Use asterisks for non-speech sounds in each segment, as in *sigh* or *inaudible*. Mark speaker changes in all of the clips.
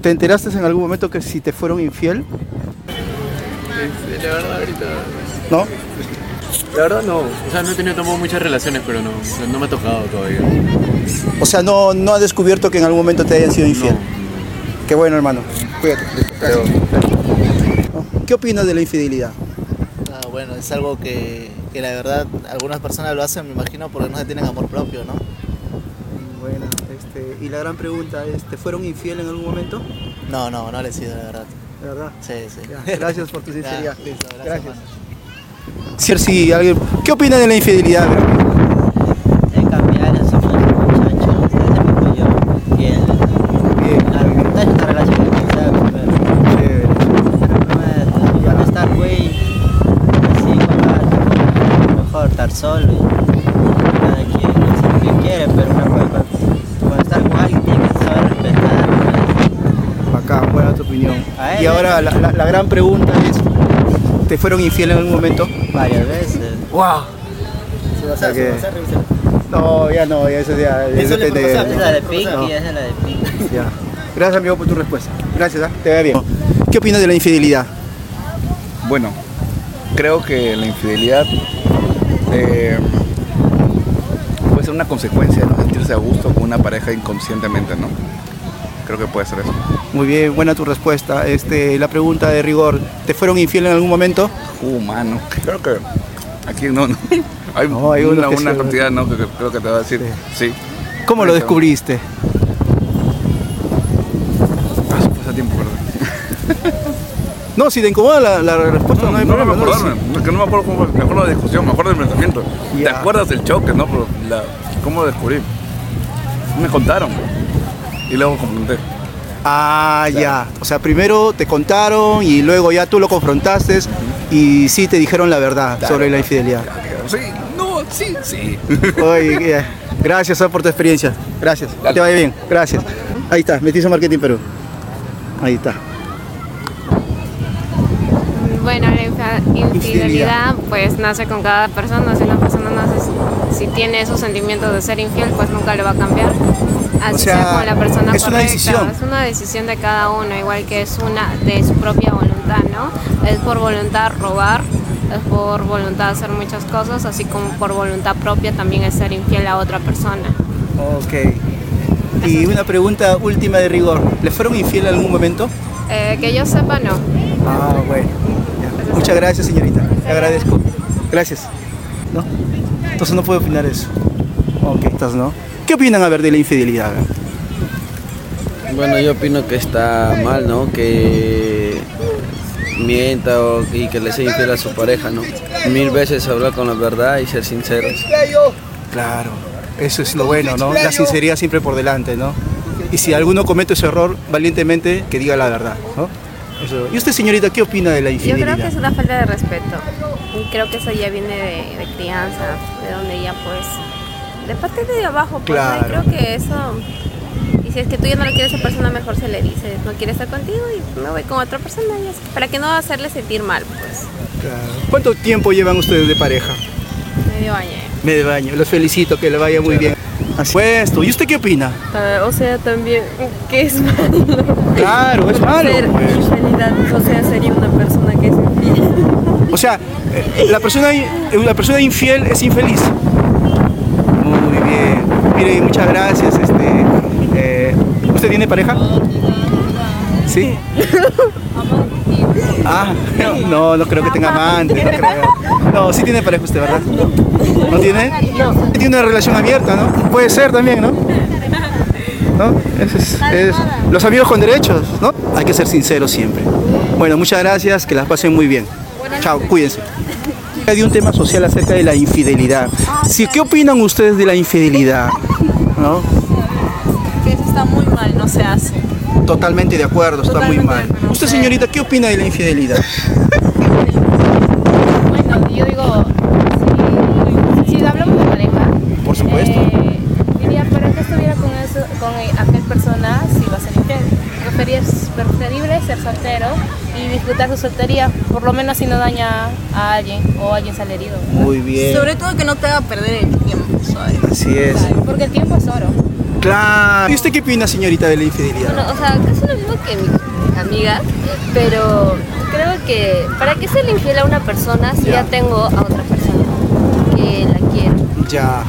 Speaker 1: ¿Te enteraste en algún momento que si te fueron infiel?
Speaker 2: La verdad, ahorita.
Speaker 1: ¿No?
Speaker 2: La verdad, no. O sea, no he tenido tampoco muchas relaciones, pero no. no- No me ha tocado todavía. No.
Speaker 1: O sea, no, no has descubierto que en algún momento te hayan sido infiel. Qué bueno, hermano. Cuídate.
Speaker 2: Pero-
Speaker 1: ¿No? ¿Qué opinas de la infidelidad?
Speaker 3: Ah, bueno, es algo que, que la verdad algunas personas lo hacen, me imagino, porque no se tienen amor propio, ¿no?
Speaker 1: Bueno, este, y la gran pregunta es, ¿te fueron infiel en algún momento?
Speaker 3: No, no, no le he sido, la verdad.
Speaker 1: De verdad.
Speaker 3: Sí, sí.
Speaker 1: gracias por *laughs* tu
Speaker 3: Ya,
Speaker 1: sinceridad.
Speaker 3: listo, gracias,
Speaker 1: gracias.
Speaker 3: mano.
Speaker 1: Sí, alguien- ¿Qué opinas de la infidelidad?
Speaker 4: de cambiar a esos muchachos desde mi cuello y el argumentar esta relación que está primero. Pero primero, van a estar güey, así con la mejor estar solo y cada quien hace lo que quiere, pero una cueva. Cuando estar con alguien tiene que saber respetar.
Speaker 1: Acá, buena tu opinión.
Speaker 4: A él.
Speaker 1: Y ahora la, la- la gran pregunta es, ¿te fueron infiel en algún momento?
Speaker 4: ¿no? Varias veces.
Speaker 1: ¡Wow!
Speaker 3: Su
Speaker 1: sea
Speaker 3: WhatsApp,
Speaker 1: que-
Speaker 3: su WhatsApp, revísalo.
Speaker 1: No, ya no, ya eso ya, ya
Speaker 3: Eso le
Speaker 1: depende
Speaker 3: pasó a
Speaker 1: de-
Speaker 4: Esa es la de
Speaker 1: No,
Speaker 4: Pinky, eh. esa es la de Pinky.
Speaker 1: ya. Gracias amigo por tu respuesta. Gracias, ¿ah? te vea bien. ¿Qué opinas de la infidelidad?
Speaker 5: Bueno, creo que la infidelidad eh, puede ser una consecuencia de no sentirse a gusto con una pareja inconscientemente, ¿no? Creo que puede ser eso.
Speaker 1: Muy bien, buena tu respuesta. Este, la pregunta de rigor, ¿te fueron infiel en algún momento?
Speaker 5: Humano. Creo que Uh, aquí
Speaker 1: *laughs*
Speaker 5: no, no. Hay,
Speaker 1: No, hay unos
Speaker 5: una,
Speaker 1: que
Speaker 5: una
Speaker 1: sí,
Speaker 5: cantidad, ¿no? Que, que creo que te va a decir, sí.
Speaker 1: ¿Cómo lo
Speaker 5: Ahorita.
Speaker 1: descubriste?
Speaker 5: Ah, su pasatiempo, perdón.
Speaker 1: No, si te incomoda la, la respuesta, no,
Speaker 5: No,
Speaker 1: hay
Speaker 5: no,
Speaker 1: problema.
Speaker 5: me
Speaker 1: no,
Speaker 5: acuerdo,
Speaker 1: sí.
Speaker 5: es que no me acuerdo cómo fue, me acuerdo de la discusión, me acuerdo del enfrentamiento. ¿Te
Speaker 1: Ya.
Speaker 5: acuerdas del choque, no? Pero la, ¿Cómo lo descubrí? Me contaron y luego confronté.
Speaker 1: Ah, ya. O sea, primero te contaron y luego ya tú lo confrontaste y sí te dijeron la verdad
Speaker 5: Claro.
Speaker 1: sobre la infidelidad.
Speaker 5: "Ah, Sí, no, sí, sí.
Speaker 1: Oye, ya. gracias ah, por tu experiencia. Gracias. Que
Speaker 5: Dale.
Speaker 1: te vaya bien. Gracias. Ahí está, Metizo Marketing Perú. Ahí está.
Speaker 6: Bueno, la infa-
Speaker 1: Infidelidad.
Speaker 6: infidelidad pues nace con cada persona. Si una persona nace, si tiene esos sentimientos de ser infiel, pues nunca lo va a cambiar. Así
Speaker 1: O sea,
Speaker 6: con la persona
Speaker 1: es una
Speaker 6: correcta.
Speaker 1: decisión.
Speaker 6: Es una decisión de cada uno, igual que es una de su propia voluntad, ¿no? Es por voluntad robar, es por voluntad hacer muchas cosas, así como por voluntad propia también es ser infiel a otra persona.
Speaker 1: Ok. Y una pregunta última de rigor. ¿Le fueron infiel en algún momento?
Speaker 6: Eh, que yo sepa, no.
Speaker 1: Ah, bueno. Ya. Muchas gracias, señorita. Te agradezco. Gracias. ¿No? Entonces no puedo opinar eso. Ok, estás, ¿no? ¿Qué opinan, a ver, de la infidelidad? a ver?
Speaker 7: Bueno, yo opino que está mal, ¿no? Que mienta o- y que le sea infiel a su pareja, ¿no? Mil veces hablar con la verdad y ser sinceros.
Speaker 1: Claro, eso es lo bueno, ¿no? La sinceridad siempre por delante, ¿no? Y si alguno comete ese error, valientemente que diga la verdad, ¿no? Eso. ¿Y usted, señorita, qué opina de la
Speaker 8: Yo creo que
Speaker 1: infidelidad?
Speaker 8: es una falta de respeto. Y creo que eso ya viene de, de crianza, de donde ya pues. De parte de abajo, pues. ¿no? Y
Speaker 1: Claro.
Speaker 8: creo que eso. Y si es que tú ya no lo quieres a esa persona, mejor se le dices, no quiere estar contigo y me voy con otra persona. y así. Para que no hacerle sentir mal, pues.
Speaker 1: Claro. ¿Cuánto tiempo llevan ustedes de pareja?
Speaker 8: Medio ¿eh? año.
Speaker 1: Me baño, los felicito, que le vaya muy bien. Así pues, ¿y usted qué opina?
Speaker 9: Ah, o sea, también que es malo
Speaker 1: Claro, es malo.
Speaker 9: *laughs* ser
Speaker 1: pues.
Speaker 9: infidelidad, o sea, sería una persona que es infiel.
Speaker 1: O sea, eh, la persona, in- la persona infiel es infeliz. Muy bien. Mire, muchas gracias. Este, eh, ¿Usted tiene pareja? Sí. Ah, no, no creo que tenga amante, no creo. No, sí tiene pareja usted, ¿verdad? ¿No tiene? No. Tiene una relación abierta, ¿no? Puede ser también, ¿no? ¿no? Ese es- es- los amigos con derechos, ¿no? Hay que ser sinceros siempre. Bueno, muchas gracias, que las pasen muy bien. Chao, cuídense. Hay un tema social acerca de la infidelidad.
Speaker 8: Ah,
Speaker 1: Sí, ¿Qué opinan ustedes de la infidelidad? ¿No?
Speaker 8: Que eso está muy mal, no se hace.
Speaker 1: Totalmente de acuerdo, está muy mal.
Speaker 8: Totalmente de acuerdo.
Speaker 1: Usted, señorita, ¿qué opina de la infidelidad?
Speaker 9: Bueno, yo digo, si, si hablamos de pareja,
Speaker 1: Por supuesto.
Speaker 9: eh, diría, ¿para qué estuviera con, eso, con aquel persona si va a ser infiel? Preferir- Es preferible ser soltero y disfrutar su soltería, por lo menos si no daña a alguien o alguien sale herido.
Speaker 1: Muy bien.
Speaker 8: todo que no te haga perder el tiempo, ¿sabes?
Speaker 1: Así es.
Speaker 9: Porque el tiempo es oro.
Speaker 1: Claro. ¿Y usted qué opina, señorita, de la infidelidad?
Speaker 10: Bueno, o sea, casi lo mismo que mis amigas, pero creo que para qué serle infiel a una persona si ya, tengo a otra persona que la quiero.
Speaker 1: Ya.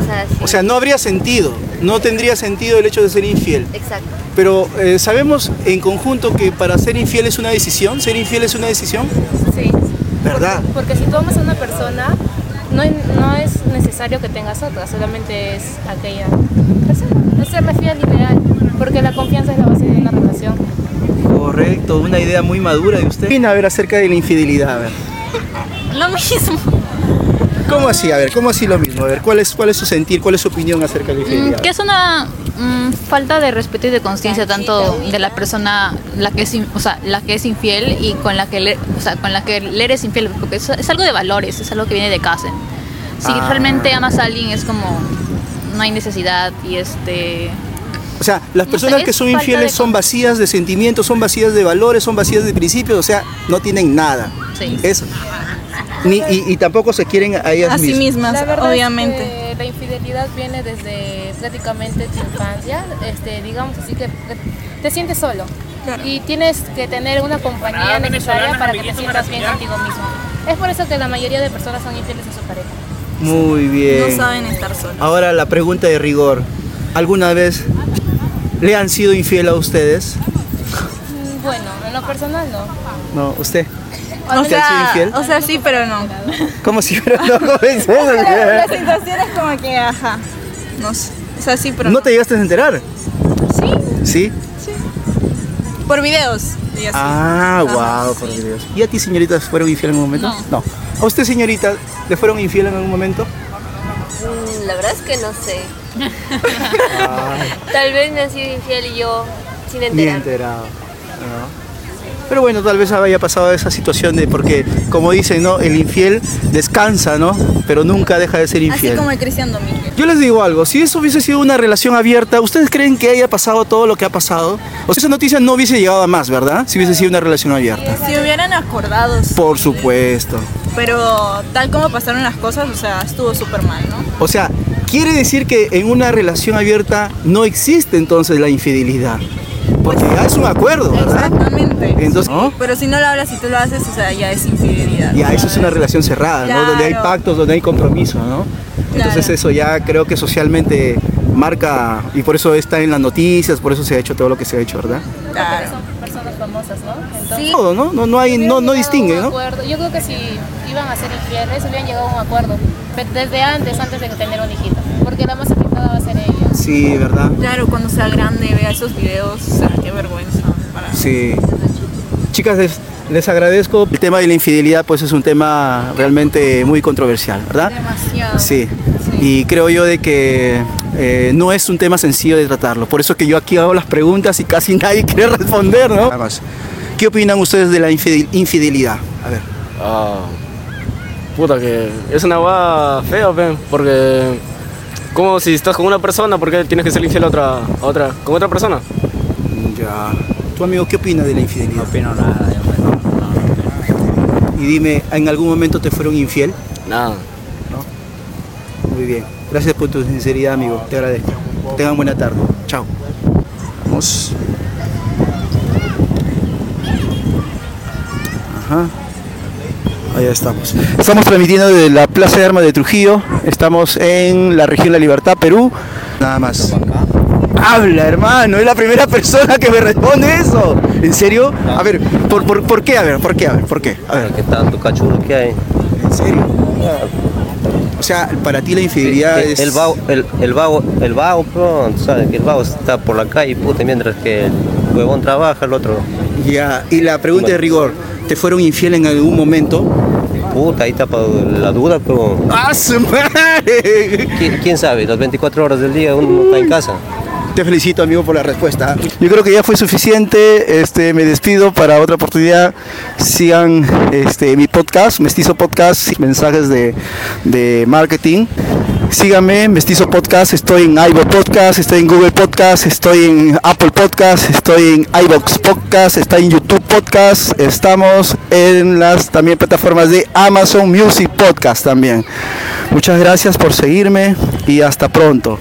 Speaker 10: O sea, sí.
Speaker 1: O sea, no habría sentido, no tendría sentido el hecho de ser infiel.
Speaker 10: Exacto.
Speaker 1: Pero eh, sabemos en conjunto que para ser infiel es una decisión, ser infiel es una decisión,
Speaker 9: Sí.
Speaker 1: ¿verdad?
Speaker 9: Porque si tú amas a una persona, no, es- no es necesario que tengas otra, solamente es aquella persona. No se refiere al ideal, porque la confianza es la base de una relación.
Speaker 11: Correcto, una idea muy madura de
Speaker 1: ¿Qué
Speaker 11: usted.
Speaker 1: opina, a ver, acerca de la infidelidad?
Speaker 12: *laughs*
Speaker 1: A ver.
Speaker 10: Lo mismo.
Speaker 1: ¿Cómo así? A ver, ¿cómo así lo mismo? A ver, ¿cuál es, cuál es su sentir, cuál es su opinión acerca de la
Speaker 12: Mm,
Speaker 1: infidelidad?
Speaker 12: que es una mm, falta de respeto y de conciencia tanto de la persona la que es in- o sea, la que es infiel y con la que le, o sea, con la que le eres infiel porque es, es algo de valores es algo que viene de casa si
Speaker 1: Ah.
Speaker 12: realmente amas a alguien es como no hay necesidad y este
Speaker 1: O sea, las
Speaker 12: No
Speaker 1: personas
Speaker 12: sé,
Speaker 1: que
Speaker 12: es
Speaker 1: son
Speaker 12: falta
Speaker 1: infieles
Speaker 12: de
Speaker 1: son vacías de sentimientos, son vacías de valores, son vacías de principios, o sea, no tienen nada.
Speaker 12: Sí.
Speaker 1: Eso. Ni, y, y tampoco se quieren a ellas
Speaker 13: A sí
Speaker 1: mismas.
Speaker 13: mismas,
Speaker 9: La verdad es
Speaker 13: obviamente.
Speaker 9: que la infidelidad viene desde prácticamente tu infancia, este, digamos así que que te sientes solo y tienes que tener una compañía necesaria para que te sientas bien contigo mismo. Es por eso que la mayoría de personas son infieles a su pareja.
Speaker 11: Muy bien.
Speaker 13: estar solos.
Speaker 11: Ahora la pregunta de rigor. ¿Alguna vez le han sido infiel a ustedes?
Speaker 9: Mm, Bueno, en lo personal no.
Speaker 1: No, usted.
Speaker 13: O
Speaker 1: ¿Usted ha sido
Speaker 13: sea,
Speaker 1: infiel?
Speaker 13: o sea, sí, pero no.
Speaker 1: ¿Cómo si pero no
Speaker 13: La
Speaker 1: convences?
Speaker 13: situación es como que, ajá. No sé. O sea, sí, pero
Speaker 1: ¿No te llegaste a enterar?
Speaker 13: Sí,
Speaker 1: ¿Sí?
Speaker 13: por videos. y así.
Speaker 1: Ah,
Speaker 13: Ajá.
Speaker 1: wow, por Dios. ¿Y a ti, señorita, fueron infiel en algún momento?
Speaker 13: No.
Speaker 1: ¿A usted, señorita, le fueron infiel en
Speaker 13: *laughs*
Speaker 1: algún momento?
Speaker 10: Mm, La verdad es que no sé.
Speaker 1: Ah,
Speaker 10: Tal vez me han sido infiel y yo sin
Speaker 1: Ni
Speaker 10: enterarme.
Speaker 1: enterado. ¿no? Pero bueno, tal vez haya pasado esa situación de porque, como dicen, ¿no? El infiel descansa, ¿no? Pero nunca deja de ser
Speaker 13: Así
Speaker 1: infiel.
Speaker 13: como el Cristian Domínguez.
Speaker 1: Yo les digo algo, si eso hubiese sido una relación abierta, ¿ustedes creen que haya pasado todo lo que ha pasado? O sea, esa noticia no hubiese llegado a más, ¿verdad? Si hubiese sido una relación abierta.
Speaker 13: Si hubieran acordado, sí,
Speaker 1: Por supuesto.
Speaker 13: pero tal como pasaron las cosas, o sea, estuvo súper mal, ¿no?
Speaker 1: O sea, quiere decir que en una relación abierta no existe entonces la infidelidad. Porque ya es un acuerdo, ¿verdad?
Speaker 13: Exactamente.
Speaker 1: Entonces, ¿no?
Speaker 13: Pero si no lo hablas y tú lo haces, o sea, ya es infidelidad.
Speaker 1: Ya, eso es una relación cerrada, ¿no? Donde hay
Speaker 13: Claro.
Speaker 1: pactos, donde hay compromiso, ¿no? Entonces
Speaker 13: Claro.
Speaker 1: eso ya creo que socialmente marca y por eso está en las noticias, por eso se ha hecho todo lo que se ha hecho, ¿verdad?
Speaker 9: Claro. Son personas famosas, ¿no? Entonces,
Speaker 1: Todo, ¿no? No, no hay, no, no distingue,
Speaker 9: un
Speaker 1: ¿no?
Speaker 9: acuerdo. Yo creo que si iban a ser infieles, hubieran llegado a un acuerdo pe- desde antes, antes de tener un hijito, porque la más afectada va a ser ella.
Speaker 1: Sí, ¿verdad?
Speaker 13: Claro, cuando sea grande vea esos videos, o sea, qué vergüenza. Para...
Speaker 1: Sí. Chicas, les, les agradezco. El tema de la infidelidad pues es un tema realmente muy controversial, ¿verdad?
Speaker 13: Demasiado.
Speaker 1: Sí. Y creo yo de que eh, no es un tema sencillo de tratarlo. Por eso que yo aquí hago las preguntas y casi *laughs* nadie quiere responder, ¿no? ¿Qué opinan ustedes de la infidel- infidelidad? A ver.
Speaker 14: Ah, puta que es una guada fea, pe, porque como si estás con una persona, ¿por qué tienes que ser infiel a otra, a otra, con otra persona?
Speaker 1: Ya. ¿Tu amigo qué opina de la infidelidad? No opino nada. Y dime, ¿en algún momento te fueron infiel?
Speaker 14: Nada.
Speaker 1: Muy bien. Gracias por tu sinceridad, amigo. Te agradezco. Tengan buena tarde. Chao. Vamos. Ajá. Allá estamos. Estamos transmitiendo desde la Plaza de Armas de Trujillo. Estamos en la región La Libertad, Perú. Nada más. Habla, hermano. Es la primera persona que me responde eso. ¿En serio? A ver, ¿por, por, por qué? A ver, ¿por qué? A ver, ¿por qué? A ver.
Speaker 15: ¿Qué tanto cachulo que hay?
Speaker 1: ¿En serio? O sea, para ti la infidelidad
Speaker 15: el,
Speaker 1: es...
Speaker 15: el vago, el, el vago, el vago, pronto, ¿sabes? Que el vago está por la calle, puta, mientras que el huevón trabaja, el otro.
Speaker 1: Ya, y la pregunta de rigor, ¿te fueron infiel en algún momento?
Speaker 15: Puta, ahí está pa- la duda, pero.
Speaker 1: ¡Ah, su madre!
Speaker 15: ¿Quién, quién sabe? Las 24 horas del día uno no está en casa.
Speaker 1: Te felicito, amigo, por la respuesta. Yo creo que ya fue suficiente. Este, me despido para otra oportunidad. Sigan este, mi podcast, Mestizo Podcast, mensajes de, de marketing. Síganme, Mestizo Podcast. Estoy en iVoox Podcast, estoy en Google Podcast, estoy en Apple Podcast, estoy en iVoox Podcast, está en YouTube Podcast. Estamos en las también plataformas de Amazon Music Podcast también. Muchas gracias por seguirme y hasta pronto.